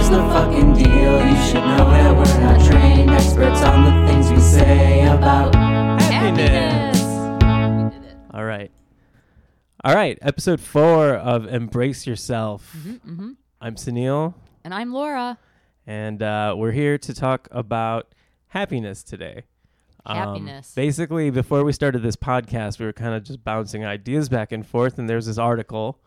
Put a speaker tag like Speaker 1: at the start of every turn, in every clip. Speaker 1: fucking deal. You should know that we're not trained experts on the things we say about.
Speaker 2: Happiness.
Speaker 3: Happiness. We did it.
Speaker 2: All right. All right. Episode four of Embrace Yourself.
Speaker 3: Mhm.
Speaker 2: I'm Sunil,
Speaker 3: And I'm Laura.
Speaker 2: and uh, we're here to talk about happiness today. Um,
Speaker 3: Happiness.
Speaker 2: Basically, before we started this podcast, we were kind of just bouncing ideas back and forth, and there's this article.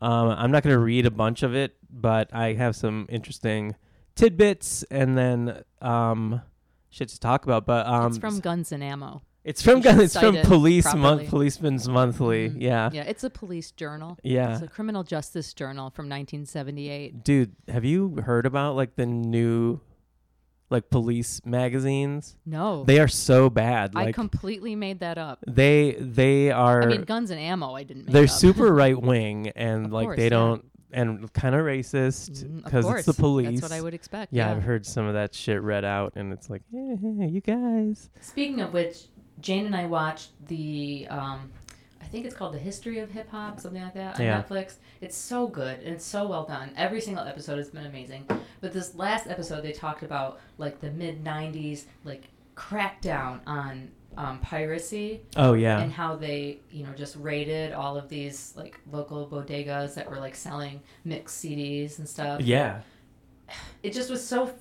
Speaker 2: Um, I'm not going to read a bunch of it, but I have some interesting tidbits and then um, shit to talk about. But um,
Speaker 3: it's from Guns and Ammo.
Speaker 2: It's from
Speaker 3: You should
Speaker 2: it's from
Speaker 3: cite it
Speaker 2: Police
Speaker 3: properly.
Speaker 2: Month, Policeman's Monthly.
Speaker 3: Mhm.
Speaker 2: Yeah.
Speaker 3: Yeah, it's a police journal.
Speaker 2: Yeah.
Speaker 3: It's a criminal justice journal from 1978.
Speaker 2: Dude, have you heard about like the new like police magazines?
Speaker 3: No,
Speaker 2: They are so bad.
Speaker 3: I
Speaker 2: Like
Speaker 3: completely made that up.
Speaker 2: they they are
Speaker 3: I mean, Guns and Ammo. I didn't. Make
Speaker 2: they're
Speaker 3: up.
Speaker 2: super right wing and
Speaker 3: Of
Speaker 2: like
Speaker 3: course,
Speaker 2: they
Speaker 3: yeah.
Speaker 2: don't and kind of racist
Speaker 3: Mhm, of
Speaker 2: because it's the
Speaker 3: course.
Speaker 2: police.
Speaker 3: That's what I would expect.
Speaker 2: yeah,
Speaker 3: Yeah.
Speaker 2: I've heard some of that shit read out and it's like, eh, you guys.
Speaker 3: Speaking of which, Jane and I watched the. Um, I think it's called The History of Hip Hop, something like that, on
Speaker 2: Yeah.
Speaker 3: Netflix. It's so good and it's so well done. Every single episode has been amazing. But this last episode, they talked about like the mid '90s, like crackdown on um, piracy.
Speaker 2: Oh yeah.
Speaker 3: and how they you know just raided all of these like local bodegas that were like selling mixed CDs and stuff.
Speaker 2: yeah.
Speaker 3: It just was so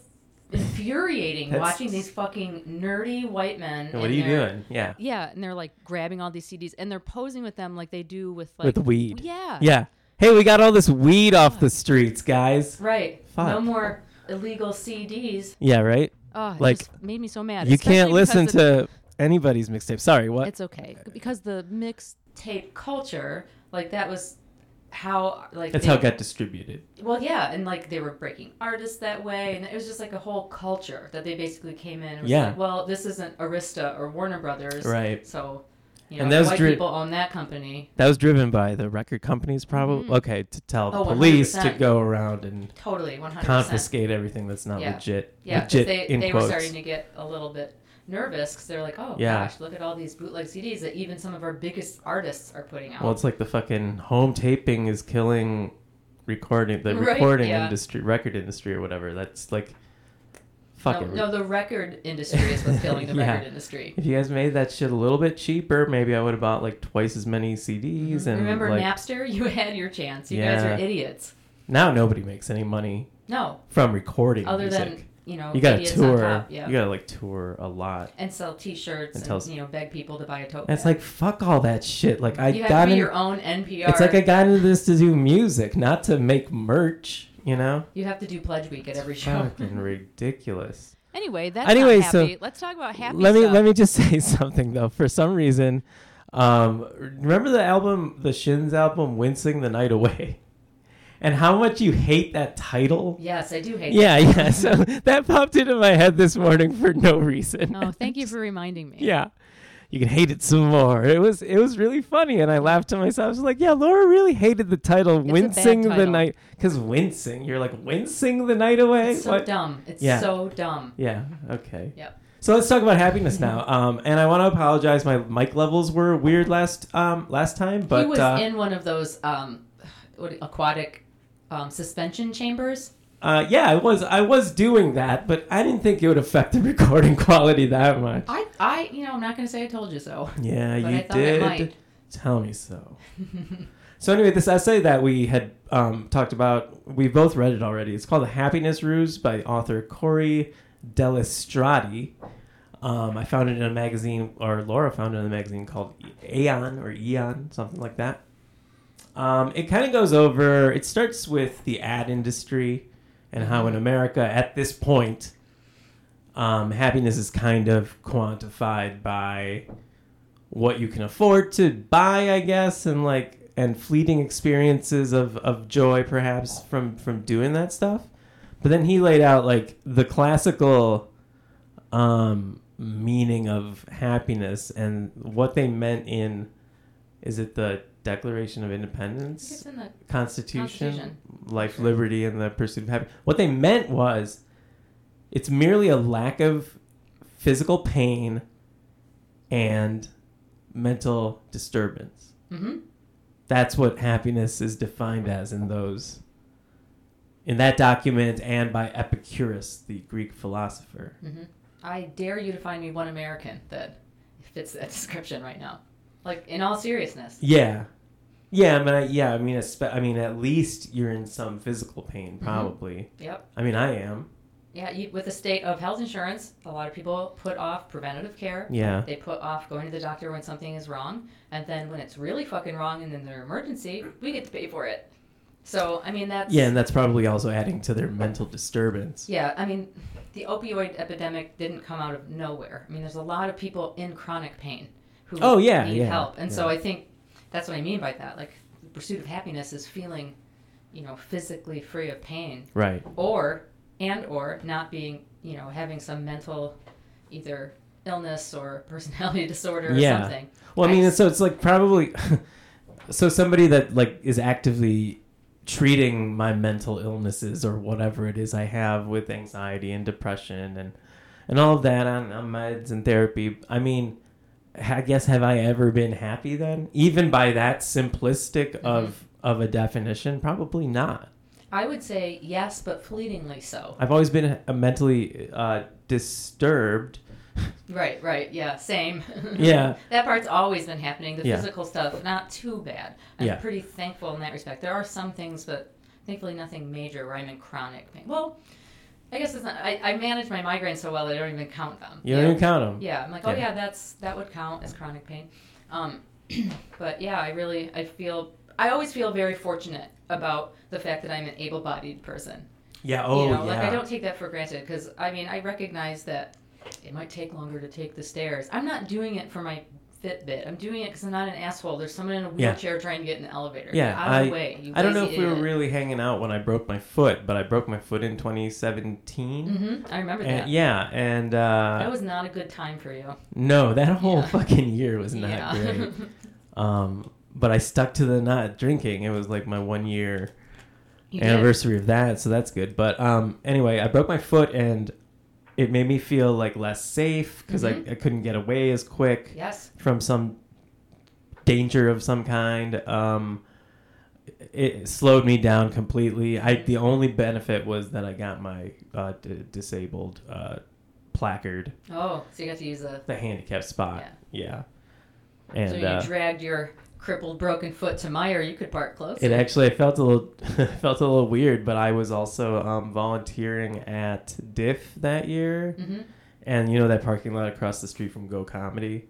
Speaker 3: infuriating
Speaker 2: That's-
Speaker 3: watching these fucking nerdy white men.
Speaker 2: And what
Speaker 3: and
Speaker 2: are you
Speaker 3: their-
Speaker 2: doing? Yeah.
Speaker 3: Yeah, and they're like grabbing all these CDs and they're posing with them like they do with like
Speaker 2: With weed.
Speaker 3: Yeah.
Speaker 2: Yeah. Hey, we got all this weed off the streets, guys.
Speaker 3: Right. No
Speaker 2: Fuck.
Speaker 3: more illegal CDs.
Speaker 2: Yeah, right?
Speaker 3: Oh, it
Speaker 2: Like,
Speaker 3: just made me so mad.
Speaker 2: you can't
Speaker 3: especially because
Speaker 2: listen
Speaker 3: of-
Speaker 2: to anybody's mixtape. Sorry, what?
Speaker 3: it's okay because the mixed tape culture like that was how like
Speaker 2: That's
Speaker 3: they-
Speaker 2: how it got distributed.
Speaker 3: Well, yeah, and like they were breaking artists that way, and it was just like a whole culture that they basically came in. And was
Speaker 2: Yeah.
Speaker 3: Like, well, this isn't Arista or Warner Brothers,
Speaker 2: Right.
Speaker 3: So, you know,
Speaker 2: And those
Speaker 3: white
Speaker 2: dri-
Speaker 3: people own that company.
Speaker 2: That was driven by the record companies, probably.
Speaker 3: Mhm.
Speaker 2: Okay, to tell
Speaker 3: Oh,
Speaker 2: the police to
Speaker 3: 100%.
Speaker 2: go around and
Speaker 3: Totally, one hundred percent.
Speaker 2: confiscate everything that's not
Speaker 3: Yeah.
Speaker 2: legit.
Speaker 3: Yeah, 'cause
Speaker 2: legit
Speaker 3: they
Speaker 2: in
Speaker 3: they were
Speaker 2: quotes.
Speaker 3: starting to get a little bit nervous because they're like, oh
Speaker 2: Yeah.
Speaker 3: gosh, look at all these bootleg CDs that even some of our biggest artists are putting out.
Speaker 2: Well, it's like the fucking home taping is killing recording the
Speaker 3: Right,
Speaker 2: recording
Speaker 3: yeah.
Speaker 2: industry, record industry or whatever. That's like
Speaker 3: no,
Speaker 2: fucking.
Speaker 3: no, the record industry is what's killing the
Speaker 2: Yeah.
Speaker 3: record industry.
Speaker 2: If you guys made that shit a little bit cheaper, maybe I would have bought like twice as many CDs and
Speaker 3: Mm-hmm. Remember
Speaker 2: like
Speaker 3: Napster? You had your chance. You guys
Speaker 2: Yeah.
Speaker 3: are idiots.
Speaker 2: now nobody makes any money
Speaker 3: No,
Speaker 2: from recording
Speaker 3: other
Speaker 2: music.
Speaker 3: than you know,
Speaker 2: you gotta
Speaker 3: idiots on
Speaker 2: tour.
Speaker 3: top, yeah.
Speaker 2: You gotta like tour a lot.
Speaker 3: and sell T-shirts
Speaker 2: And
Speaker 3: and,
Speaker 2: tell us-
Speaker 3: you know beg people to buy a tote.
Speaker 2: And it's
Speaker 3: bag.
Speaker 2: like fuck all that shit. Like I
Speaker 3: you have to
Speaker 2: got
Speaker 3: be
Speaker 2: in,
Speaker 3: your own NPR.
Speaker 2: It's like I got into this to do music, not to make merch. You know.
Speaker 3: you have to do pledge week at every show.
Speaker 2: Fucking ridiculous.
Speaker 3: Anyway, that's
Speaker 2: Anyway,
Speaker 3: not happy.
Speaker 2: so-
Speaker 3: let's talk about happy
Speaker 2: let me
Speaker 3: stuff.
Speaker 2: let me just say something though. For some reason, um, remember the album, the Shins album, "Wincing the Night Away," and how much you hate that title.
Speaker 3: Yes, I do hate.
Speaker 2: Yeah, yeah. So that popped into my head this morning for no reason.
Speaker 3: That. Oh, thank you for reminding me.
Speaker 2: yeah. You can hate it some more. It was it was really funny, and I laughed to myself. I was like, "Yeah, Laura really hated the title,
Speaker 3: bad
Speaker 2: wincing the
Speaker 3: title.
Speaker 2: night, because wincing. You're like wincing the night away.
Speaker 3: It's so
Speaker 2: What?
Speaker 3: dumb. It's
Speaker 2: Yeah.
Speaker 3: so dumb.
Speaker 2: Yeah. Okay.
Speaker 3: Yep.
Speaker 2: So let's talk about happiness now. Um, and I want to apologize. My mic levels were weird last um last time, but
Speaker 3: he was
Speaker 2: uh,
Speaker 3: in one of those um, what, aquatic um, suspension chambers.
Speaker 2: uh, yeah, I was I was doing that, but I didn't think it would affect the recording quality that much.
Speaker 3: I, I, you know, I'm not gonna say I told you so.
Speaker 2: Yeah,
Speaker 3: But
Speaker 2: you
Speaker 3: I thought it
Speaker 2: did.
Speaker 3: might.
Speaker 2: Tell me so. so anyway, this essay that we had um, talked about, we both read it already. It's called "The Happiness Ruse" by author Corey Delestrati. Um, I found it in a magazine, or Laura found it in a magazine called Aeon or Eon, something like that. Um, it kind of goes over. It starts with the ad industry and how in America at this point, um, happiness is kind of quantified by what you can afford to buy, I guess, and like and fleeting experiences of, of joy perhaps from from doing that stuff. But then he laid out like the classical um, meaning of happiness and what they meant in is it the Declaration of Independence?
Speaker 3: It's in the
Speaker 2: Constitution
Speaker 3: Constitution.
Speaker 2: life, liberty, and the pursuit of happiness. What they meant was it's merely a lack of physical pain and mental disturbance.
Speaker 3: hmm
Speaker 2: That's what happiness is defined as in those in that document and by Epicurus, the Greek philosopher.
Speaker 3: hmm I dare you to find me one American that fits that description right now. Like in all seriousness.
Speaker 2: Yeah, yeah, I mean, I, yeah, I mean, espe- I mean, at least you're in some physical pain, probably.
Speaker 3: Mm-hmm. Yep.
Speaker 2: I mean, I am.
Speaker 3: Yeah. You, with the state of health insurance, a lot of people put off preventative care.
Speaker 2: Yeah,
Speaker 3: They put off going to the doctor when something is wrong, and then when it's really fucking wrong and then their emergency, we get to pay for it. So I mean that's
Speaker 2: yeah, and that's probably also adding to their mental disturbance.
Speaker 3: Yeah, I mean, the opioid epidemic didn't come out of nowhere. I mean, there's a lot of people in chronic pain who
Speaker 2: Oh, yeah,
Speaker 3: need
Speaker 2: yeah,
Speaker 3: help, and so
Speaker 2: yeah.
Speaker 3: I think that's what I mean by that. Like, the pursuit of happiness is feeling, you know, physically free of pain,
Speaker 2: Right.
Speaker 3: or and or not being, you know, having some mental, either illness or personality disorder or
Speaker 2: Yeah.
Speaker 3: something.
Speaker 2: Well, I mean,
Speaker 3: I-
Speaker 2: so it's like probably, so somebody that like is actively treating my mental illnesses or whatever it is I have with anxiety and depression and and all of that on, on meds and therapy. I mean, I guess have I ever been happy then? Even by that simplistic of of a definition, probably not.
Speaker 3: I would say yes, but fleetingly so.
Speaker 2: I've always been uh, mentally uh, disturbed.
Speaker 3: Right, right, yeah, same.
Speaker 2: Yeah.
Speaker 3: that part's always been happening. The
Speaker 2: Yeah.
Speaker 3: physical stuff, not too bad. I'm
Speaker 2: Yeah.
Speaker 3: pretty thankful in that respect. There are some things, but thankfully nothing major where I'm in chronic pain. Well, I guess it's not. I, I manage my migraines so well that I don't even count them.
Speaker 2: You don't
Speaker 3: yeah.
Speaker 2: even count them.
Speaker 3: Yeah, I'm like, oh
Speaker 2: Yeah.
Speaker 3: yeah, that's that would count as chronic pain. Um, but yeah, I really, I feel, I always feel very fortunate about the fact that I'm an able-bodied person
Speaker 2: Yeah. Oh,
Speaker 3: you know,
Speaker 2: yeah.
Speaker 3: like I don't take that for granted because I mean I recognize that it might take longer to take the stairs. I'm not doing it for my Fitbit. I'm doing it because I'm not an asshole. There's someone in a
Speaker 2: Yeah.
Speaker 3: wheelchair trying to get in the elevator. Get
Speaker 2: Yeah,
Speaker 3: out of the way. You
Speaker 2: I don't know if
Speaker 3: lazy
Speaker 2: we were
Speaker 3: idiot.
Speaker 2: really hanging out when I broke my foot, but I broke my foot in 2017.
Speaker 3: Mhm, I remember that.
Speaker 2: And, yeah, and uh,
Speaker 3: That was not a good time for you.
Speaker 2: no, that whole
Speaker 3: Yeah.
Speaker 2: fucking year was not
Speaker 3: yeah.
Speaker 2: great. Um, but I stuck to the not drinking. It was like my one year
Speaker 3: You did.
Speaker 2: anniversary of that, so that's good. But um, anyway, I broke my foot and it made me feel like less safe because
Speaker 3: Mhm.
Speaker 2: I, I couldn't get away as quick
Speaker 3: Yes.
Speaker 2: from some danger of some kind. Um, it slowed me down completely. I the only benefit was that I got my uh, d- disabled uh, placard,
Speaker 3: Oh, so you got to use a.
Speaker 2: the handicap spot. Yeah, and
Speaker 3: so you
Speaker 2: uh,
Speaker 3: dragged your crippled, broken foot to Meyer. You could park close.
Speaker 2: it actually I felt a little felt a little weird, but I was also um, volunteering at Diff that year,
Speaker 3: hmm
Speaker 2: and you know that parking lot across the street from Go Comedy.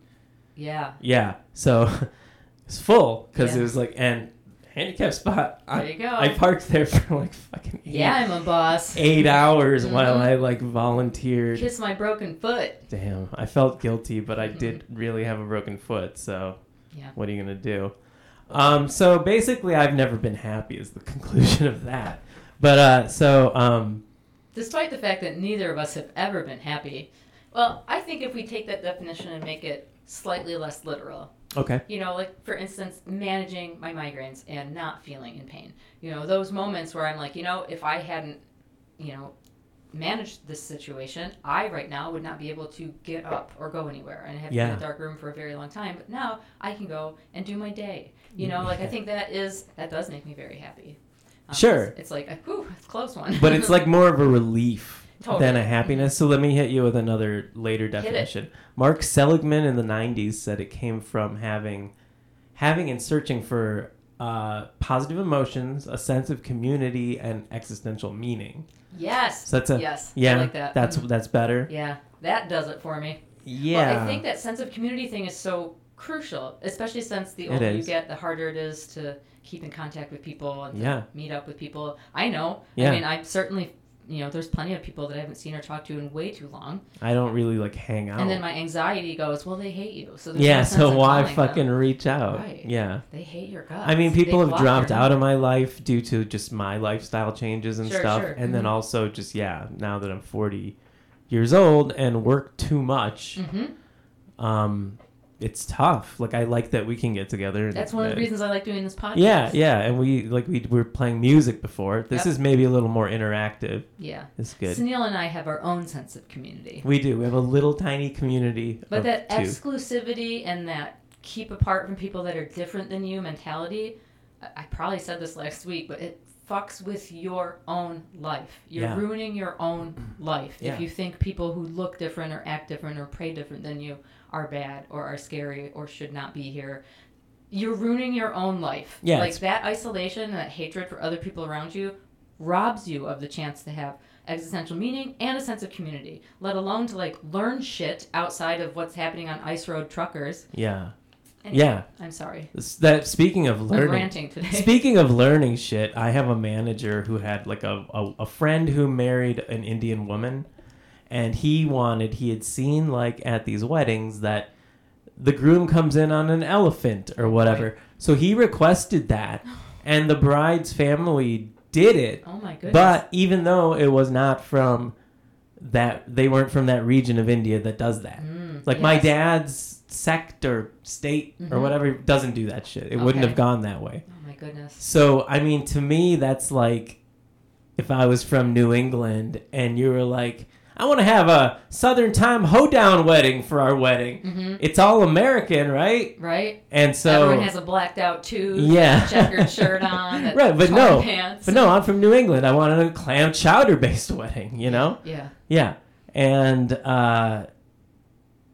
Speaker 3: Yeah.
Speaker 2: Yeah. So it's full because it
Speaker 3: Yeah.
Speaker 2: was like and handicap spot.
Speaker 3: There
Speaker 2: I,
Speaker 3: you go.
Speaker 2: I parked there for like fucking eight,
Speaker 3: Oh. yeah, I'm a boss.
Speaker 2: eight hours while
Speaker 3: Mhm.
Speaker 2: I like volunteered.
Speaker 3: Kiss my broken foot.
Speaker 2: Damn, I felt guilty, but I
Speaker 3: Mhm.
Speaker 2: did really have a broken foot. So
Speaker 3: Yeah.
Speaker 2: what are you gonna do? Um, so basically, I've never been happy is the conclusion of that. But uh, so um,
Speaker 3: Despite the fact that neither of us have ever been happy, well, I think if we take that definition and make it slightly less literal,
Speaker 2: okay,
Speaker 3: you know, like for instance, managing my migraines and not feeling in pain, you know, those moments where I'm like, you know, if I hadn't, you know, managed this situation, I right now would not be able to get up or go anywhere and have been
Speaker 2: Yeah.
Speaker 3: in a dark room for a very long time. But now I can go and do my day. You know, like I think that is that does make me very happy. Um,
Speaker 2: Sure.
Speaker 3: It's, it's like a whew, it's a close one.
Speaker 2: but it's like more of a relief
Speaker 3: Totally.
Speaker 2: than a happiness. So let me hit you with another later
Speaker 3: it.
Speaker 2: definition. Mark Seligman in the '90s said it came from having, having and searching for uh, positive emotions, a sense of community, and existential meaning.
Speaker 3: Yes.
Speaker 2: So that's a
Speaker 3: yes.
Speaker 2: yeah,
Speaker 3: I like that.
Speaker 2: that's
Speaker 3: Mhm.
Speaker 2: that's better.
Speaker 3: yeah. That does it for me.
Speaker 2: Yeah,
Speaker 3: Well, I think that sense of community thing is so crucial, especially since the
Speaker 2: It
Speaker 3: older you
Speaker 2: is.
Speaker 3: get, the harder it is to keep in contact with people and to
Speaker 2: Yeah.
Speaker 3: meet up with people. I know.
Speaker 2: Yeah.
Speaker 3: I mean, I'm certainly. You know, there's plenty of people that I haven't seen or talked to in way too long,
Speaker 2: I don't really like hang out.
Speaker 3: and then my anxiety goes, "Well, they hate you." So there's
Speaker 2: yeah,
Speaker 3: no sense
Speaker 2: so
Speaker 3: in
Speaker 2: why
Speaker 3: calling them.
Speaker 2: fucking reach out?
Speaker 3: Right.
Speaker 2: Yeah.
Speaker 3: They hate your guts.
Speaker 2: I mean,
Speaker 3: They
Speaker 2: people have
Speaker 3: block
Speaker 2: dropped
Speaker 3: your-
Speaker 2: out of my life due to just my lifestyle changes and
Speaker 3: Sure,
Speaker 2: stuff.
Speaker 3: sure.
Speaker 2: And then
Speaker 3: Mhm.
Speaker 2: also just, yeah, now that I'm 40 years old and work too much,
Speaker 3: Mhm.
Speaker 2: um, it's tough. Like, I like that we can get together. and-
Speaker 3: That's one of the
Speaker 2: uh,
Speaker 3: reasons I like doing this podcast.
Speaker 2: Yeah, yeah. And we, like, we were playing music before. This
Speaker 3: Yep.
Speaker 2: is maybe a little more interactive.
Speaker 3: yeah.
Speaker 2: It's good.
Speaker 3: Sunil and I have our own sense of community.
Speaker 2: We do. We have a little tiny community.
Speaker 3: But
Speaker 2: of
Speaker 3: that
Speaker 2: two.
Speaker 3: exclusivity and that keep apart from people that are different than you mentality, I, I probably said this last week, but it fucks with your own life. You're
Speaker 2: Yeah.
Speaker 3: ruining your own life
Speaker 2: Yeah.
Speaker 3: if you think people who look different or act different or pray different than you are bad or are scary or should not be here. You're ruining your own life.
Speaker 2: Yeah,
Speaker 3: like
Speaker 2: it's-
Speaker 3: that isolation and that hatred for other people around you robs you of the chance to have existential meaning and a sense of community, let alone to like learn shit outside of what's happening on Ice Road truckers.
Speaker 2: Yeah.
Speaker 3: And-
Speaker 2: Yeah.
Speaker 3: I'm sorry.
Speaker 2: S- That speaking of
Speaker 3: I'm
Speaker 2: learning,
Speaker 3: ranting today.
Speaker 2: Speaking of learning shit, I have a manager who had like a, a, a friend who married an Indian woman, and he wanted, he had seen like at these weddings that the groom comes in on an elephant or whatever. So he requested that, and the bride's family did it.
Speaker 3: oh my goodness.
Speaker 2: But even though it was not from that, they weren't from that region of India that does that.
Speaker 3: Mm,
Speaker 2: Like my
Speaker 3: yes.
Speaker 2: dad's sect or state or
Speaker 3: Mhm.
Speaker 2: whatever doesn't do that shit. It wouldn't
Speaker 3: Okay.
Speaker 2: have gone that way.
Speaker 3: Oh my goodness.
Speaker 2: So, I mean, to me, that's like if I was from New England and you were like, I want to have a Southern Time hoedown wedding for our wedding.
Speaker 3: hmm
Speaker 2: It's all American, right?
Speaker 3: Right?
Speaker 2: And so,
Speaker 3: Everyone has a blacked out tooth,
Speaker 2: yeah,
Speaker 3: checkered shirt on, that
Speaker 2: right? But
Speaker 3: torn
Speaker 2: no,
Speaker 3: pants.
Speaker 2: but no, I'm from New England. I wanted a clam chowder based wedding, you know?
Speaker 3: Yeah.
Speaker 2: Yeah, and uh,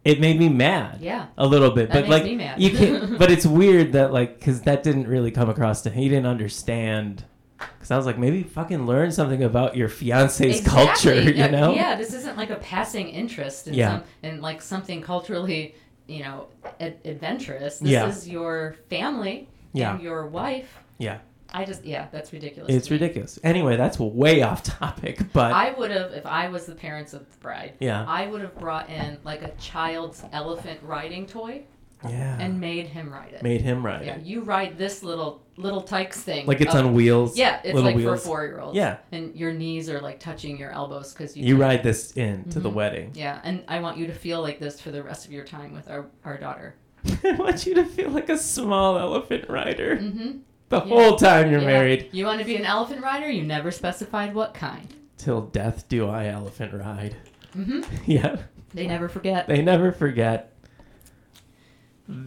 Speaker 2: it made me mad
Speaker 3: Yeah.
Speaker 2: a little bit,
Speaker 3: That
Speaker 2: but
Speaker 3: makes
Speaker 2: like
Speaker 3: me mad.
Speaker 2: you can't. But it's weird that like because that didn't really come across to him. He didn't understand. Because I was like, maybe fucking learn something about your fiance's culture,
Speaker 3: Exactly.
Speaker 2: you know?
Speaker 3: Yeah, this isn't like a passing interest in
Speaker 2: Yeah.
Speaker 3: some in like something culturally, you know, ad- adventurous. This
Speaker 2: Yeah.
Speaker 3: is your family
Speaker 2: Yeah.
Speaker 3: and your wife.
Speaker 2: Yeah.
Speaker 3: I just yeah, that's ridiculous.
Speaker 2: It's
Speaker 3: to me.
Speaker 2: ridiculous. Anyway, that's way off topic, but
Speaker 3: I would have if I was the parents of the bride.
Speaker 2: yeah,
Speaker 3: I would have brought in like a child's elephant riding toy
Speaker 2: yeah,
Speaker 3: and made him ride it.
Speaker 2: Uh-huh. made him ride
Speaker 3: Yeah,
Speaker 2: it
Speaker 3: you ride this little little tykes thing.
Speaker 2: like it's
Speaker 3: up-
Speaker 2: on wheels.
Speaker 3: Yeah, it's
Speaker 2: little
Speaker 3: like
Speaker 2: wheels.
Speaker 3: for four year olds.
Speaker 2: Yeah.
Speaker 3: and your knees are like touching your elbows because you.
Speaker 2: You
Speaker 3: can't-
Speaker 2: ride this in to the
Speaker 3: Mhm.
Speaker 2: wedding.
Speaker 3: Yeah, and I want you to feel like this for the rest of your time with our our daughter.
Speaker 2: I want you to feel like a small elephant rider
Speaker 3: Mm-hmm.
Speaker 2: the
Speaker 3: Yeah.
Speaker 2: whole time you're married.
Speaker 3: You want to be an elephant rider? You never specified what kind.
Speaker 2: Till death do I elephant ride.
Speaker 3: Mm-hmm.
Speaker 2: yeah,
Speaker 3: They never forget.
Speaker 2: they never forget.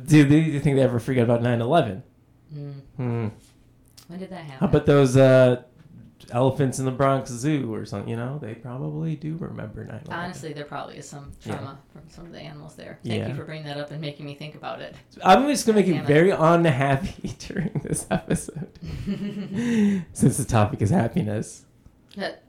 Speaker 2: Do they, do you think they ever forget about 9 11?
Speaker 3: Mm.
Speaker 2: Hmm.
Speaker 3: When did that happen?
Speaker 2: How about those uh, elephants in the Bronx Zoo or something? You know, they probably do remember 9 11.
Speaker 3: Honestly, there probably is some
Speaker 2: Yeah.
Speaker 3: trauma from some of the animals there. Thank
Speaker 2: Yeah.
Speaker 3: you for bringing that up and making me think about it.
Speaker 2: I'm just going to make you
Speaker 3: Damn it.
Speaker 2: very unhappy during this episode since the topic is happiness.
Speaker 3: The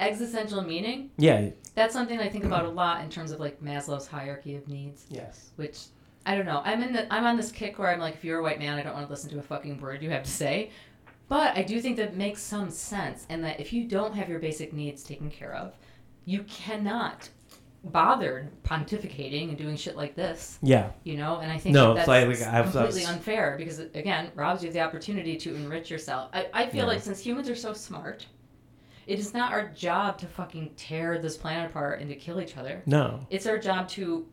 Speaker 3: existential meaning?
Speaker 2: Yeah.
Speaker 3: That's something I think about a lot in terms of like Maslow's hierarchy of needs.
Speaker 2: Yes.
Speaker 3: which I don't know. I'm in the I'm on this kick where I'm like, if you're a white man, I don't want to listen to a fucking word you have to say. But I do think that makes some sense, and that if you don't have your basic needs taken care of, you cannot bother pontificating and doing shit like this,
Speaker 2: Yeah.
Speaker 3: you know. And I think
Speaker 2: No,
Speaker 3: that's
Speaker 2: it's like- like, I've-
Speaker 3: completely
Speaker 2: I've-
Speaker 3: unfair because it, again robs you of the opportunity to enrich yourself. I, I feel
Speaker 2: Yeah.
Speaker 3: like since humans are so smart, it is not our job to fucking tear this planet apart and to kill each other
Speaker 2: No.
Speaker 3: it's our job to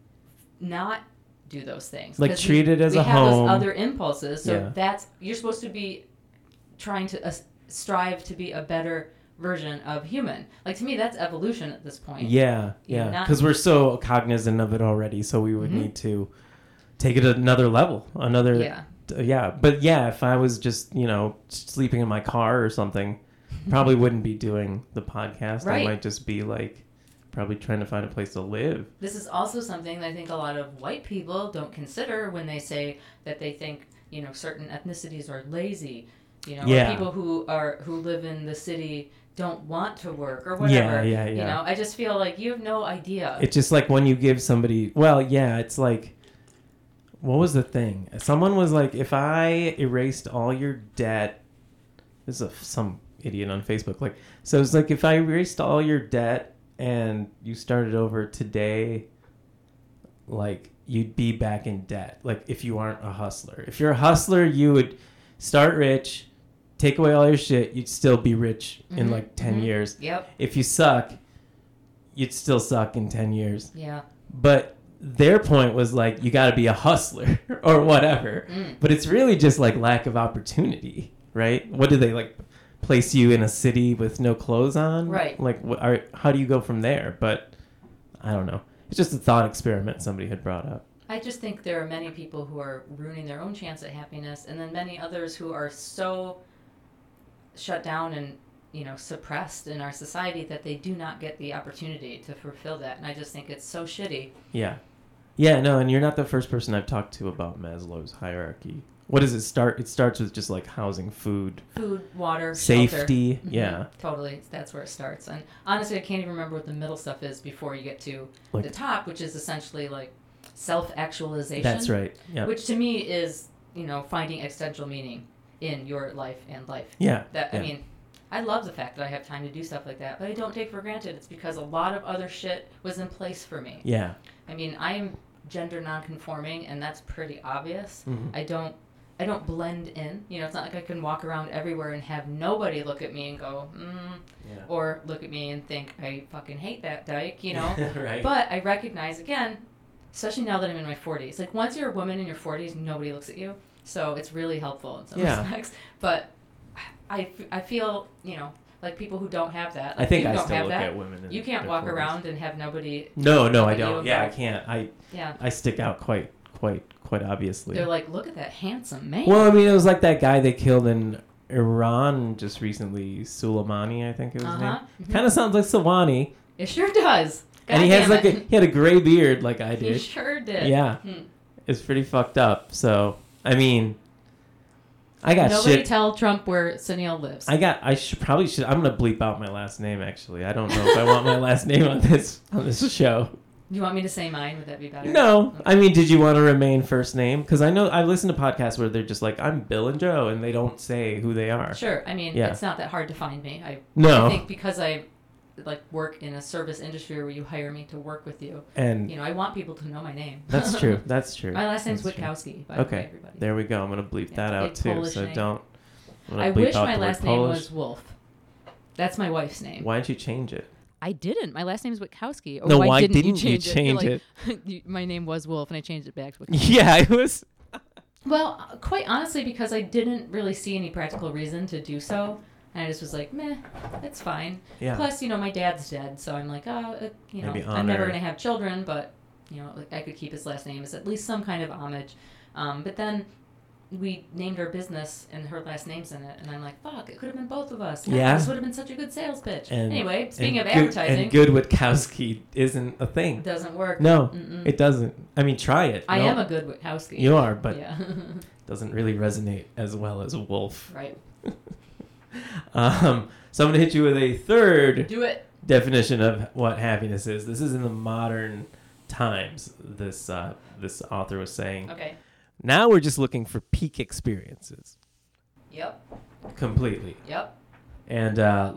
Speaker 3: not do those things.
Speaker 2: Like
Speaker 3: 'Cause we-
Speaker 2: treat it as
Speaker 3: we
Speaker 2: a
Speaker 3: have
Speaker 2: home.
Speaker 3: those other impulses. So
Speaker 2: Yeah.
Speaker 3: that's you're supposed to be trying to uh, strive to be a better version of human. Like to me, that's evolution at this point.
Speaker 2: Yeah,
Speaker 3: You're
Speaker 2: yeah.
Speaker 3: not-
Speaker 2: Because we're so cognizant of it already, so we would
Speaker 3: Mhm.
Speaker 2: need to take it another level, another. Yeah.
Speaker 3: Yeah.
Speaker 2: uh, yeah, but yeah, if I was just you know sleeping in my car or something, probably wouldn't be doing the podcast. I
Speaker 3: Mm-hmm. Right.
Speaker 2: might just be like probably trying to find a place to live.
Speaker 3: This is also something that I think a lot of white people don't consider when they say that they think you know certain ethnicities are lazy. You know,
Speaker 2: Yeah.
Speaker 3: or people who are who live in the city don't want to work or
Speaker 2: Yeah,
Speaker 3: whatever.
Speaker 2: yeah, yeah.
Speaker 3: You know, I just feel like you have no idea.
Speaker 2: It's just like when you give somebody. Well, yeah, it's like. What was the thing? Someone was like, if I erased all your debt, this is a, some idiot on Facebook. Like, so it's like if I erased all your debt and you started over today, like you'd be back in debt. Like if you aren't a hustler, if you're a hustler, you would start rich, take away all your shit, you'd still be rich in
Speaker 3: Mhm,
Speaker 2: like 10
Speaker 3: mhm.
Speaker 2: years.
Speaker 3: Yep.
Speaker 2: If you suck, you'd still suck in 10 years
Speaker 3: Yeah.
Speaker 2: but their point was like you got to be a hustler or whatever
Speaker 3: Mm.
Speaker 2: but it's really just like lack of opportunity right what do they like place you in a city with no clothes on
Speaker 3: Right.
Speaker 2: like what are, how do you go from there but i don't know it's just a thought experiment somebody had brought up
Speaker 3: I just think there are many people who are ruining their own chance at happiness, and then many others who are so shut down and you know suppressed in our society that they do not get the opportunity to fulfill that and i just think it's so shitty
Speaker 2: Yeah. Yeah, no, and you're not the first person I've talked to about Maslow's hierarchy. What does it start? It starts with just like housing, food,
Speaker 3: food water shelter.
Speaker 2: safety.
Speaker 3: Mhm,
Speaker 2: Yeah.
Speaker 3: totally that's where it starts and honestly i can't even remember what the middle stuff is before you get to
Speaker 2: Like-
Speaker 3: the top which is essentially like self-actualization
Speaker 2: That's right. Yeah.
Speaker 3: which to me is you know finding existential meaning in your life and life
Speaker 2: yeah.
Speaker 3: that
Speaker 2: yeah.
Speaker 3: i mean i love the fact that i have time to do stuff like that but i don't take for granted it's because a lot of other shit was in place for me
Speaker 2: Yeah.
Speaker 3: i mean i am gender nonconforming and that's pretty obvious
Speaker 2: Mhm.
Speaker 3: i don't i don't blend in you know it's not like i can walk around everywhere and have nobody look at me and go mm,
Speaker 2: Yeah.
Speaker 3: or look at me and think i fucking hate that dyke you know
Speaker 2: right.
Speaker 3: but I recognize again, especially now that I'm in my 40s. Like once you're a woman in your 40s, nobody looks at you, so it's really helpful in some
Speaker 2: Yeah.
Speaker 3: respects. But I, I feel you know like people who don't have that.
Speaker 2: I
Speaker 3: like,
Speaker 2: think
Speaker 3: you
Speaker 2: I
Speaker 3: don't
Speaker 2: still
Speaker 3: have
Speaker 2: look
Speaker 3: that.
Speaker 2: at women. in
Speaker 3: You can't
Speaker 2: their
Speaker 3: walk
Speaker 2: 40s.
Speaker 3: around and have nobody.
Speaker 2: No, no, I
Speaker 3: But you
Speaker 2: don't.
Speaker 3: don't
Speaker 2: Yeah, I
Speaker 3: go.
Speaker 2: can't. I
Speaker 3: Yeah,
Speaker 2: I stick out quite quite quite obviously.
Speaker 3: they're like, look at that handsome man.
Speaker 2: Well, I mean, it was like that guy they killed in Iran just recently, Soleimani, I think it was his name.
Speaker 3: uh-huh. Mhm.
Speaker 2: Kind of sounds like Sawani,
Speaker 3: It sure does. God
Speaker 2: and he has
Speaker 3: damn
Speaker 2: like a,
Speaker 3: it.
Speaker 2: he had a gray beard, like I
Speaker 3: He
Speaker 2: did.
Speaker 3: sure did.
Speaker 2: Yeah,
Speaker 3: Hmm.
Speaker 2: it's pretty fucked up. So I mean, I got
Speaker 3: Nobody
Speaker 2: shit.
Speaker 3: tell Trump where Sunil lives.
Speaker 2: I got. I should probably should. I'm gonna bleep out my last name. Actually, I don't know if I want my last name on this on this show.
Speaker 3: Do you want me to say mine? Would that be better?
Speaker 2: No, I mean, did you want to remain first name? Because I know I listen to podcasts where they're just like, I'm Bill and Joe, and they don't say who they are.
Speaker 3: Sure. I mean,
Speaker 2: Yeah.
Speaker 3: it's not that hard to find me. I I
Speaker 2: No,
Speaker 3: think because I like work in a service industry where you hire me to work with you,
Speaker 2: and
Speaker 3: you know, I want people to know my name.
Speaker 2: Mm. that's true. That's true.
Speaker 3: my last name's
Speaker 2: That's true.
Speaker 3: Witkowski, by the
Speaker 2: Okay.
Speaker 3: way, everybody.
Speaker 2: There we go. I'm gonna bleep
Speaker 3: Yeah,
Speaker 2: that out
Speaker 3: a
Speaker 2: too.
Speaker 3: Polish
Speaker 2: so
Speaker 3: name.
Speaker 2: don't. I'm gonna
Speaker 3: I
Speaker 2: bleep
Speaker 3: wish
Speaker 2: out
Speaker 3: my
Speaker 2: the word
Speaker 3: last name
Speaker 2: Polish.
Speaker 3: was Wolf. That's my wife's name.
Speaker 2: Why didn't you change it?
Speaker 3: I didn't. My last name's Witkowski. Oh,
Speaker 2: No,
Speaker 3: why,
Speaker 2: why
Speaker 3: didn't, you
Speaker 2: didn't you
Speaker 3: change, it? You're like,
Speaker 2: change
Speaker 3: you- my name was Wolf, and I changed it back to Witkowski.
Speaker 2: Yeah, it was.
Speaker 3: Well, uh, quite honestly, because I didn't really see any practical reason to do so, and I just was like, meh, that's fine.
Speaker 2: Yeah.
Speaker 3: Plus, you know, my dad's dead, so I'm like, oh, uh, you know,
Speaker 2: Maybe
Speaker 3: I'm never
Speaker 2: honor.
Speaker 3: going to have children, but you know, like, I could keep his last name as at least some kind of homage. Um, but then we named our business and her last name's in it, and I'm like, fuck, it could have been both of us.
Speaker 2: Yeah.
Speaker 3: this would have been such a good sales pitch.
Speaker 2: And-
Speaker 3: anyway, speaking
Speaker 2: And
Speaker 3: of
Speaker 2: good-
Speaker 3: advertising,
Speaker 2: and good Witkowski isn't a
Speaker 3: it
Speaker 2: thing.
Speaker 3: doesn't work.
Speaker 2: No,
Speaker 3: Mm-mm.
Speaker 2: it doesn't. I mean, try it.
Speaker 3: Mm-hmm. I
Speaker 2: No,
Speaker 3: am a good Witkowski.
Speaker 2: You are, but
Speaker 3: yeah,
Speaker 2: doesn't really resonate as well as Wolf.
Speaker 3: right.
Speaker 2: Um, so I'm gonna hit you with a third
Speaker 3: Do it.
Speaker 2: definition of what happiness is. This is in the modern times. This uh, this author was saying.
Speaker 3: Okay.
Speaker 2: Now we're just looking for peak experiences
Speaker 3: Yep.
Speaker 2: completely.
Speaker 3: Yep.
Speaker 2: And uh,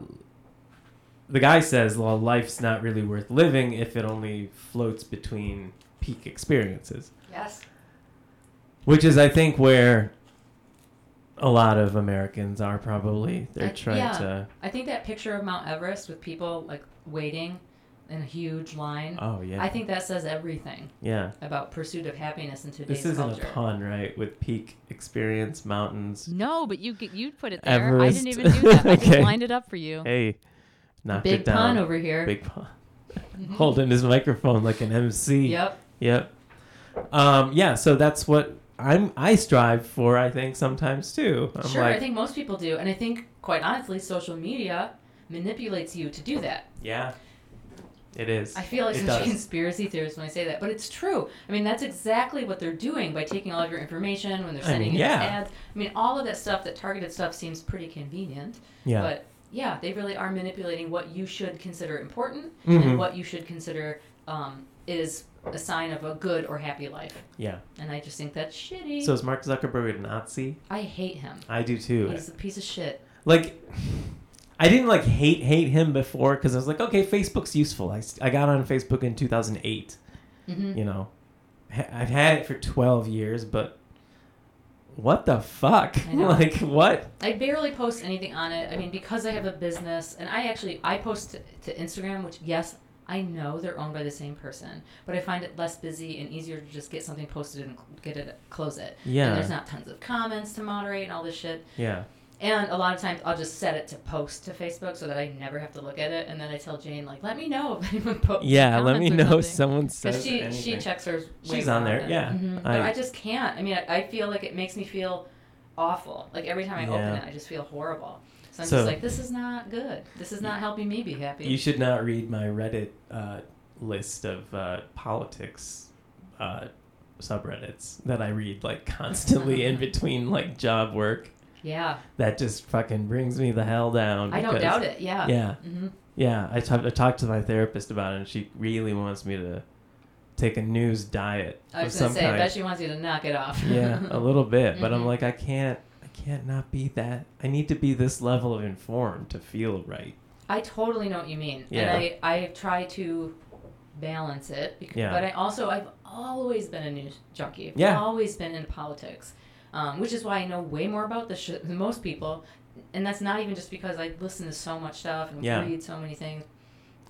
Speaker 2: the guy says, "Well, life's not really worth living if it only floats between peak experiences,"
Speaker 3: Yes.
Speaker 2: which is, I think, where a lot of Americans are probably. They're
Speaker 3: I-
Speaker 2: trying
Speaker 3: yeah.
Speaker 2: to.
Speaker 3: I think that picture of Mount Everest with people like waiting in a huge line.
Speaker 2: Oh yeah.
Speaker 3: I think that says everything
Speaker 2: yeah.
Speaker 3: about pursuit of happiness in today's
Speaker 2: This isn't
Speaker 3: culture.
Speaker 2: a pun, right? With peak experience, mountains.
Speaker 4: No, but you g- you put it there. I
Speaker 2: Everest.
Speaker 4: didn't even do that. I
Speaker 2: Okay.
Speaker 4: just lined it up for you.
Speaker 2: Hey, knocked
Speaker 3: Big
Speaker 2: it down.
Speaker 3: pun over here.
Speaker 2: Big pun. Holding his microphone like an MC.
Speaker 3: Yep.
Speaker 2: Yep. Um, yeah, so that's what I'm I strive for, I think, sometimes too. I'm
Speaker 3: sure.
Speaker 2: like
Speaker 3: I think most people do, and I think quite honestly, social media manipulates you to do that.
Speaker 2: Yeah. It is.
Speaker 3: I feel like
Speaker 2: It
Speaker 3: such
Speaker 2: does.
Speaker 3: a conspiracy theorist when I say that, but it's true. I mean, that's exactly what they're doing by taking all of your information when they're
Speaker 2: I mean,
Speaker 3: sending you
Speaker 2: yeah.
Speaker 3: these ads. I mean, all of that stuff, that targeted stuff, seems pretty convenient.
Speaker 2: yeah.
Speaker 3: But yeah, they really are manipulating what you should consider important
Speaker 2: Mhm.
Speaker 3: and what you should consider um, is a sign of a good or happy life.
Speaker 2: yeah.
Speaker 3: And I just think that's shitty.
Speaker 2: So is Mark Zuckerberg a Nazi?
Speaker 3: I hate him.
Speaker 2: I do too.
Speaker 3: He's a piece of shit.
Speaker 2: Like I didn't like hate hate him before because I was like, okay, Facebook's useful. I, s- I got on Facebook in 2008.
Speaker 3: hmm
Speaker 2: You know, Ha- I've had it for 12 years, but what the fuck?
Speaker 3: I know.
Speaker 2: like what?
Speaker 3: I barely post anything on it. I mean, because I have a business, and I actually I post to, to Instagram, which yes, I know they're owned by the same person, but I find it less busy and easier to just get something posted and cl- get it close it. And there's
Speaker 2: Yeah,
Speaker 3: not tons of comments to moderate and all this shit.
Speaker 2: yeah.
Speaker 3: And a lot of times I'll just set it to post to Facebook so that I never have to look at it. And then I tell Jane, like, let me know if anyone posts.
Speaker 2: Yeah, let
Speaker 4: comments
Speaker 2: me
Speaker 4: or something.
Speaker 2: know if someone says
Speaker 3: Because she, she
Speaker 2: anything.
Speaker 3: checks hers. way
Speaker 2: She's on
Speaker 3: more
Speaker 2: there,
Speaker 3: than-
Speaker 2: yeah.
Speaker 3: Mhm. But
Speaker 2: I-
Speaker 3: I just can't. I mean, I, I feel like it makes me feel awful. Like every time I
Speaker 2: Yeah.
Speaker 3: open it, I just feel horrible. So I'm
Speaker 2: So-
Speaker 3: just like, this is not good. This is not helping me be happy.
Speaker 2: You should not read my Reddit uh, list of uh, politics uh, subreddits that I read like constantly in between like job work.
Speaker 3: yeah,
Speaker 2: That just fucking brings me the hell down.
Speaker 3: I don't
Speaker 2: because-
Speaker 3: doubt it. Yeah.
Speaker 2: Yeah,
Speaker 3: hmm
Speaker 2: yeah. I talked I talked to my therapist about it, and she really wants me to take a news diet
Speaker 3: I
Speaker 2: of
Speaker 3: was
Speaker 2: some
Speaker 3: gonna say, I
Speaker 2: kind.
Speaker 3: bet she wants you to knock it off.
Speaker 2: yeah, a little bit, but I'm
Speaker 3: Mhm.
Speaker 2: like I can't. I can't not be that. I need to be this level of informed to feel right.
Speaker 3: I totally know what you mean.
Speaker 2: Yeah.
Speaker 3: And I, I try to balance it. Because,
Speaker 2: Yeah.
Speaker 3: But I also, I've always been a news junkie. I've
Speaker 2: Yeah.
Speaker 3: always been into politics, um, which is why I know way more about this shit than most people. And that's not even just because I listen to so much stuff and
Speaker 2: Yeah.
Speaker 3: read so many things.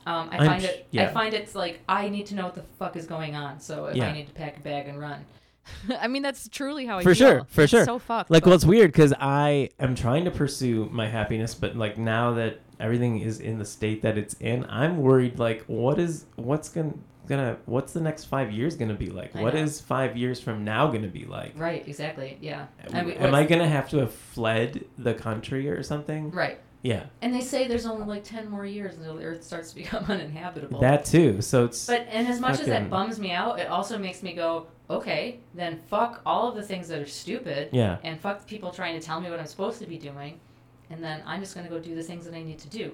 Speaker 3: Um, I
Speaker 2: I'm
Speaker 3: find
Speaker 2: sh-
Speaker 3: it. I
Speaker 2: yeah.
Speaker 3: find it's like I need to know what the fuck is going on. So if
Speaker 2: Yeah.
Speaker 3: I need to pack a bag and run,
Speaker 4: I mean, that's truly how I
Speaker 2: For
Speaker 4: feel.
Speaker 2: sure, for
Speaker 4: It's
Speaker 2: sure.
Speaker 4: So fucked.
Speaker 2: like
Speaker 4: but-
Speaker 2: well it's weird because i am trying to pursue my happiness but like now that everything is in the state that it's in i'm worried like what is what's gonna gonna what's the next five years gonna be like
Speaker 3: I
Speaker 2: What is
Speaker 3: know.
Speaker 2: five years from now gonna be like
Speaker 3: right? Exactly. Yeah.
Speaker 2: am,
Speaker 3: And we-
Speaker 2: i gonna have to have fled the country or something
Speaker 3: Right.
Speaker 2: yeah
Speaker 3: And they say there's only like ten more years until the Earth starts to become uninhabitable.
Speaker 2: that too so it's
Speaker 3: But and as much as
Speaker 2: Fucking-
Speaker 3: that bums me out, it also makes me go, okay, then fuck all of the things that are stupid,
Speaker 2: yeah
Speaker 3: and fuck the people trying to tell me what I'm supposed to be doing, and then I'm just gonna go do the things that I need to do.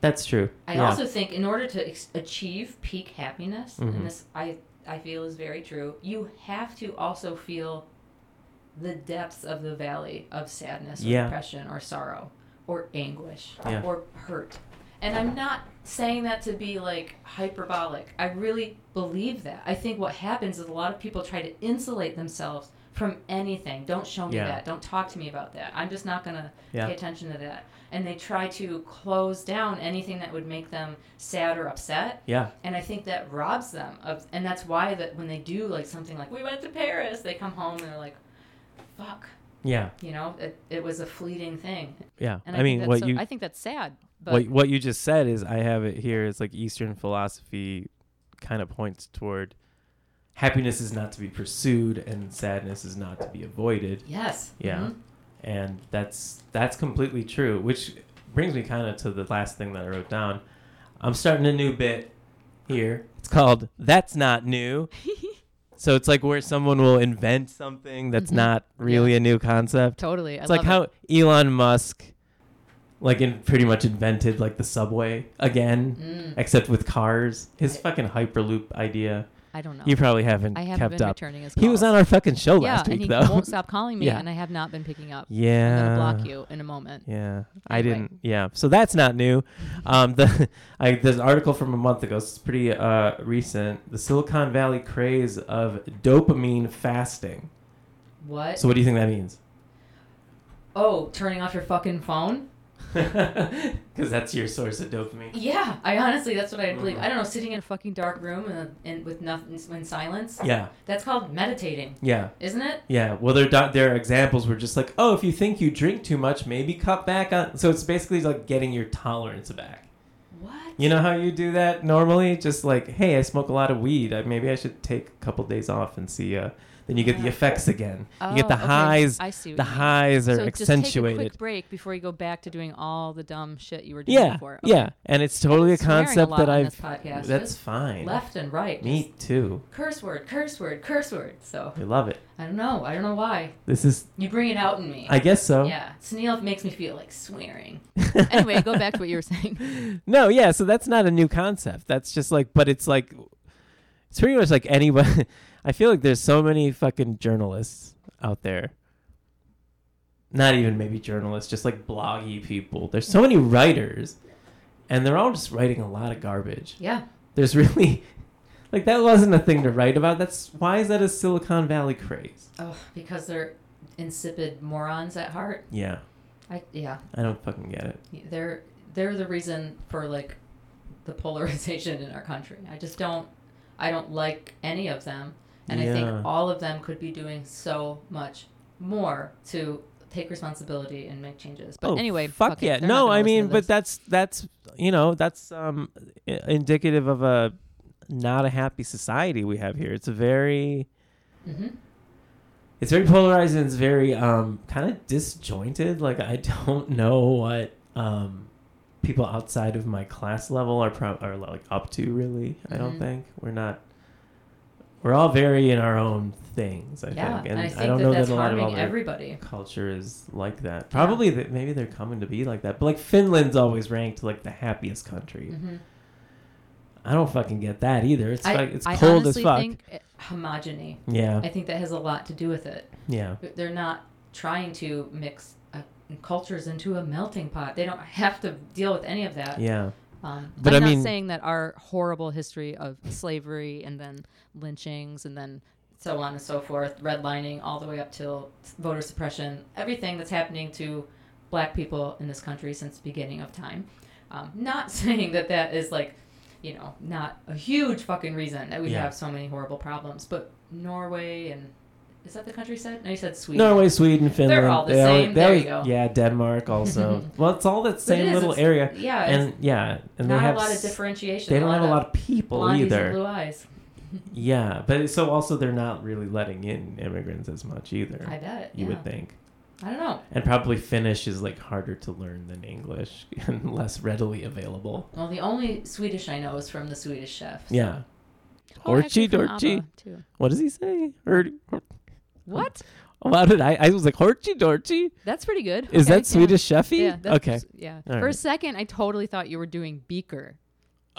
Speaker 2: that's true
Speaker 3: I
Speaker 2: yeah.
Speaker 3: also think in order to ex- achieve peak happiness,
Speaker 2: Mhm.
Speaker 3: and this I I feel is very true, you have to also feel the depths of the valley of sadness or
Speaker 2: Yeah.
Speaker 3: depression or sorrow or anguish
Speaker 2: Yeah.
Speaker 3: or hurt. And I'm not saying that to be like hyperbolic. I really believe that. I think what happens is a lot of people try to insulate themselves from anything. Don't show me
Speaker 2: Yeah.
Speaker 3: that. Don't talk to me about that. I'm just not going to
Speaker 2: Yeah.
Speaker 3: pay attention to that. And they try to close down anything that would make them sad or upset.
Speaker 2: yeah
Speaker 3: And I think that robs them of, and that's why that when they do like something like we went to Paris, they come home and they're like, "Fuck,"
Speaker 2: yeah
Speaker 3: you know, it, it was a fleeting thing.
Speaker 2: yeah
Speaker 4: and
Speaker 2: i,
Speaker 4: think
Speaker 2: mean
Speaker 4: that's
Speaker 2: what
Speaker 4: so-
Speaker 2: you
Speaker 4: I think that's sad. But
Speaker 2: what, what you just said is i have it here it's like eastern philosophy kind of points toward happiness is not to be pursued and sadness is not to be avoided
Speaker 3: Yes.
Speaker 2: Yeah.
Speaker 3: Mhm.
Speaker 2: and that's that's completely true which brings me kind of to the last thing that i wrote down i'm starting a new bit here it's called that's not new so it's like where someone will invent something that's
Speaker 4: Mhm.
Speaker 2: not really a new concept
Speaker 4: totally. I
Speaker 2: it's like
Speaker 4: love
Speaker 2: how
Speaker 4: it.
Speaker 2: Elon Musk, like, in pretty much invented like the subway again,
Speaker 4: Mm-hmm.
Speaker 3: Mm.
Speaker 2: except with cars. His fucking hyperloop idea.
Speaker 4: I don't know.
Speaker 2: You probably haven't
Speaker 4: I haven't
Speaker 2: kept
Speaker 4: been
Speaker 2: up.
Speaker 4: returning his calls.
Speaker 2: He was on our fucking show
Speaker 4: yeah,
Speaker 2: last
Speaker 4: and
Speaker 2: week,
Speaker 4: he
Speaker 2: though.
Speaker 4: won't stop calling me,
Speaker 2: Yeah.
Speaker 4: and I have not been picking up.
Speaker 2: yeah.
Speaker 4: I'm gonna block you in a moment.
Speaker 2: Yeah, I
Speaker 4: Anyway.
Speaker 2: didn't. Yeah, so that's not new. Um, the I, there's an article from a month ago. So it's pretty uh, recent. The Silicon Valley craze of dopamine fasting.
Speaker 3: What?
Speaker 2: So what do you think that means?
Speaker 3: oh, turning off your fucking phone?
Speaker 2: Because that's your source of dopamine.
Speaker 3: Yeah. I honestly, that's what I believe.
Speaker 2: Mhm.
Speaker 3: I don't know, sitting in a fucking dark room and, and with nothing in silence.
Speaker 2: Yeah,
Speaker 3: That's called meditating,
Speaker 2: yeah.
Speaker 3: isn't it?
Speaker 2: Yeah, well, their do- their examples were just like, oh, if you think you drink too much, maybe cut back on. So it's basically like getting your tolerance back.
Speaker 3: What?
Speaker 2: You know how you do that normally? Just like, hey, I smoke a lot of weed. I, maybe I should take a couple days off and see. Uh, then you get the
Speaker 3: Yeah.
Speaker 2: effects again.
Speaker 4: Oh,
Speaker 2: you get the
Speaker 4: okay.
Speaker 2: highs.
Speaker 4: I see. what
Speaker 2: The
Speaker 4: you mean.
Speaker 2: highs are
Speaker 4: so Just take a
Speaker 2: accentuated.
Speaker 4: quick break before you go back to doing all the dumb shit you were doing
Speaker 2: Yeah,
Speaker 4: before.
Speaker 2: yeah, and it's totally a
Speaker 4: Swearing a
Speaker 2: concept
Speaker 4: lot
Speaker 2: that
Speaker 4: on
Speaker 2: I've.
Speaker 4: this podcast.
Speaker 2: That's
Speaker 3: Just
Speaker 2: fine.
Speaker 3: Left and right.
Speaker 2: Me too.
Speaker 3: Just Curse word, curse word, curse word. So
Speaker 2: I love it.
Speaker 3: I don't know. I don't know why.
Speaker 2: This is.
Speaker 3: You bring it out in me.
Speaker 2: I guess so.
Speaker 3: Yeah. Sneal makes me feel like swearing.
Speaker 4: anyway, go back to what you were saying.
Speaker 2: No, yeah, so that's not a new concept. That's just like, but it's like, it's pretty much like anyone. I feel like there's so many fucking journalists out there. Not even maybe journalists, just like bloggy people. There's so many writers, and they're all just writing a lot of garbage.
Speaker 3: Yeah.
Speaker 2: There's really, like, that wasn't a thing to write about. That's why is that a Silicon Valley craze?
Speaker 3: Oh, because they're insipid morons at heart.
Speaker 2: Yeah,
Speaker 3: I yeah.
Speaker 2: I don't fucking get it.
Speaker 3: They're they're the reason for like the polarization in our country. I just don't I don't like any of them. And I
Speaker 2: Yeah.
Speaker 3: think all of them could be doing so much more to take responsibility and make changes. But
Speaker 4: But anyway,
Speaker 2: Oh, fuck,
Speaker 4: fuck it.
Speaker 2: yeah.
Speaker 4: They're not
Speaker 2: No,
Speaker 4: gonna
Speaker 2: I
Speaker 4: listen
Speaker 2: mean,
Speaker 4: to
Speaker 2: but
Speaker 4: this.
Speaker 2: that's that's you know that's um i- indicative of a not a happy society we have here. It's a very
Speaker 3: Mhm.
Speaker 2: it's very polarized and it's very um kind of disjointed. Like I don't know what um, people outside of my class level are pro- are like up to really. I don't
Speaker 4: Mhm.
Speaker 2: think we're not. We're all very in our own things. I
Speaker 3: yeah, and
Speaker 2: think, and
Speaker 3: I think
Speaker 2: I don't
Speaker 3: that
Speaker 2: know
Speaker 3: that's
Speaker 2: that a lot of
Speaker 3: harming
Speaker 2: other
Speaker 3: everybody.
Speaker 2: culture is like that. Probably that maybe they're coming to be like that. But like Finland's always ranked like the happiest country.
Speaker 3: hmm
Speaker 2: I don't fucking get that either. It's
Speaker 3: I- eh,
Speaker 2: like it's
Speaker 4: I
Speaker 2: cold as
Speaker 4: honestly
Speaker 2: fuck.
Speaker 4: think
Speaker 3: Homogeny.
Speaker 2: yeah,
Speaker 3: I think that has a lot to do with it.
Speaker 2: yeah.
Speaker 3: They're not trying to mix uh, cultures into a melting pot. They don't have to deal with any of that.
Speaker 2: Yeah.
Speaker 3: Um,
Speaker 2: But
Speaker 4: I'm
Speaker 2: I mean-
Speaker 4: not saying that our horrible history of slavery and then lynchings and then
Speaker 3: so on and so forth, redlining, all the way up till voter suppression, everything that's happening to black people in this country since the beginning of time. Um, not saying that that is like, you know, not a huge fucking reason that we
Speaker 2: Yeah.
Speaker 3: have so many horrible problems, but Norway and is that the country you said? No, you said Sweden.
Speaker 2: Norway, Sweden, Finland.
Speaker 3: all the
Speaker 2: they always-
Speaker 3: same.
Speaker 2: they
Speaker 3: There
Speaker 2: always-
Speaker 3: you go.
Speaker 2: Yeah, Denmark also. well, it's all that
Speaker 3: But it
Speaker 2: same
Speaker 3: is,
Speaker 2: little
Speaker 3: it's-
Speaker 2: area.
Speaker 3: Yeah,
Speaker 2: And yeah, and
Speaker 3: not
Speaker 2: they have
Speaker 3: a lot of
Speaker 2: s-
Speaker 3: differentiation.
Speaker 2: They don't have a lot of people
Speaker 3: blondies and
Speaker 2: either.
Speaker 3: blue eyes.
Speaker 2: Yeah, but it's- so also they're not really letting in immigrants as much either.
Speaker 3: I bet.
Speaker 2: you
Speaker 3: yeah.
Speaker 2: would think.
Speaker 3: I don't know.
Speaker 2: And probably Finnish is like harder to learn than English and less readily available.
Speaker 3: Well, the only Swedish I know is from the Swedish chef.
Speaker 2: Yeah.
Speaker 4: Oh, actually
Speaker 2: Orchid,
Speaker 4: from
Speaker 2: orchid.
Speaker 4: ABBA, too.
Speaker 2: What does he say? Or,
Speaker 4: What?
Speaker 2: how did I? I was like, Horchi Dorchi?
Speaker 4: That's pretty good.
Speaker 2: Is
Speaker 4: Okay,
Speaker 2: that Swedish chefy?
Speaker 4: Yeah. yeah that's-
Speaker 2: okay.
Speaker 4: Yeah.
Speaker 2: All
Speaker 4: For a
Speaker 2: right.
Speaker 4: second, I totally thought you were doing Beaker.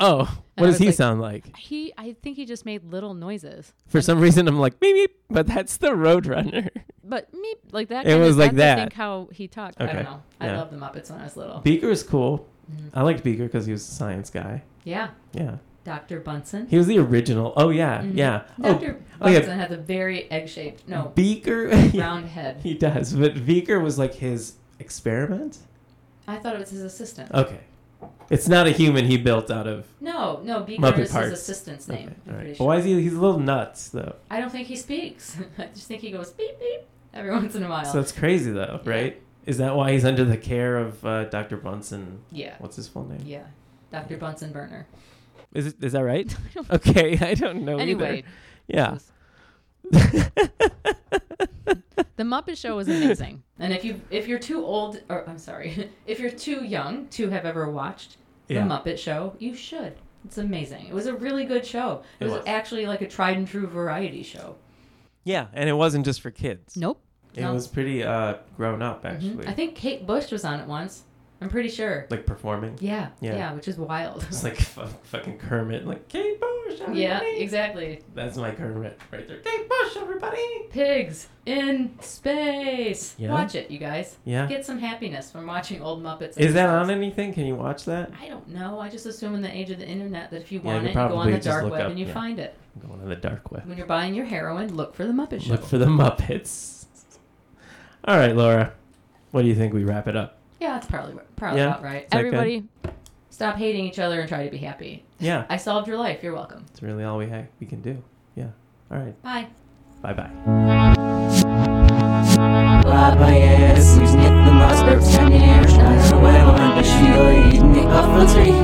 Speaker 2: Oh,
Speaker 4: I
Speaker 2: what does
Speaker 4: was
Speaker 2: he
Speaker 4: like-
Speaker 2: sound like?
Speaker 4: He, I think he just made little noises.
Speaker 2: For some reason, I'm like, meep, meep, but that's the Roadrunner.
Speaker 4: But me, like that.
Speaker 2: It
Speaker 4: kind of-
Speaker 2: was like
Speaker 4: that's,
Speaker 2: that.
Speaker 4: I think how he talked.
Speaker 3: I
Speaker 2: Okay.
Speaker 3: don't know. I
Speaker 2: Yeah.
Speaker 3: loved the Muppets when I was little.
Speaker 2: Beaker was cool.
Speaker 3: Mhm.
Speaker 4: Mm-hmm.
Speaker 2: I liked Beaker because he was a science guy.
Speaker 3: Yeah.
Speaker 2: Yeah.
Speaker 3: Dr. Bunsen.
Speaker 2: He was the original. Oh, yeah.
Speaker 4: Mm-hmm.
Speaker 3: Mhm.
Speaker 2: Yeah.
Speaker 3: Dr.
Speaker 2: oh, yeah.
Speaker 3: Bunsen has a very egg shaped,
Speaker 2: Oh,
Speaker 3: no,
Speaker 2: Beaker.
Speaker 3: round head.
Speaker 2: he does. But Beaker was like his experiment.
Speaker 3: I thought it was his assistant.
Speaker 2: Okay. It's not a human he built out of.
Speaker 3: No, no, Beaker
Speaker 2: Muppet
Speaker 3: is
Speaker 2: parts.
Speaker 3: his assistant's
Speaker 2: Okay,
Speaker 3: name. I'm
Speaker 2: all
Speaker 3: pretty
Speaker 2: right. But
Speaker 3: sure.
Speaker 2: why is he? He's a little nuts though.
Speaker 3: I don't think he speaks. I just think he goes beep beep every once in a while.
Speaker 2: So it's crazy though,
Speaker 3: Yeah.
Speaker 2: right? Is that why he's under the care of uh, Dr. Bunsen?
Speaker 3: yeah.
Speaker 2: What's his full name?
Speaker 3: Yeah. Dr. Bunsen Burner.
Speaker 2: Is it? Is that right?
Speaker 4: I don't-
Speaker 2: Okay, I don't know
Speaker 4: anyway,
Speaker 2: either. Yeah.
Speaker 4: just- the Muppet Show was amazing.
Speaker 3: And if you if you're too old or I'm sorry, if you're too young to have ever watched
Speaker 2: Yeah.
Speaker 3: The Muppet Show, you should. It's amazing. It was a really good show. It,
Speaker 2: It
Speaker 3: was,
Speaker 2: was.
Speaker 3: actually like a tried and true variety show.
Speaker 2: yeah, and it wasn't just for kids.
Speaker 4: Nope.
Speaker 2: It
Speaker 3: No.
Speaker 2: was pretty uh, grown up
Speaker 3: Mhm.
Speaker 2: actually,
Speaker 3: I think Kate Bush was on it once. I'm pretty sure.
Speaker 2: like performing.
Speaker 3: Yeah.
Speaker 2: Yeah.
Speaker 3: Yeah, which is wild.
Speaker 2: It's like f- fucking Kermit, like Kate Bush. Everybody.
Speaker 3: yeah, exactly.
Speaker 2: That's my Kermit right there. Kate Bush, everybody.
Speaker 3: Pigs in space.
Speaker 2: Yeah.
Speaker 3: Watch it, you guys.
Speaker 2: Yeah.
Speaker 3: Get some happiness from watching old Muppets.
Speaker 2: Is that on anything? Can you watch that?
Speaker 3: I don't know. I just assume in the age of the internet that if you
Speaker 2: Yeah,
Speaker 3: want
Speaker 2: you
Speaker 3: it, you go on
Speaker 2: probably
Speaker 3: the
Speaker 2: just
Speaker 3: dark
Speaker 2: look
Speaker 3: web
Speaker 2: up-
Speaker 3: and you
Speaker 2: yeah.
Speaker 3: find it.
Speaker 2: I'm going to the dark web.
Speaker 3: When you're buying your heroin, look for the Muppet Show.
Speaker 2: Look for the Muppets. All right, Laura. What do you think we wrap it up?
Speaker 3: Yeah, that's probably probably
Speaker 2: Yeah.
Speaker 3: about right.
Speaker 2: that good?
Speaker 4: Everybody,
Speaker 3: Stop hating each other and try to be happy.
Speaker 2: Yeah.
Speaker 3: I solved your life. You're welcome.
Speaker 2: It's really all we ha- we can do. Yeah. All right.
Speaker 3: Bye.
Speaker 2: Bye-bye.
Speaker 1: Labba jest, już nie tym aspektem nie już na złego, będę siły i nie ofensyjny.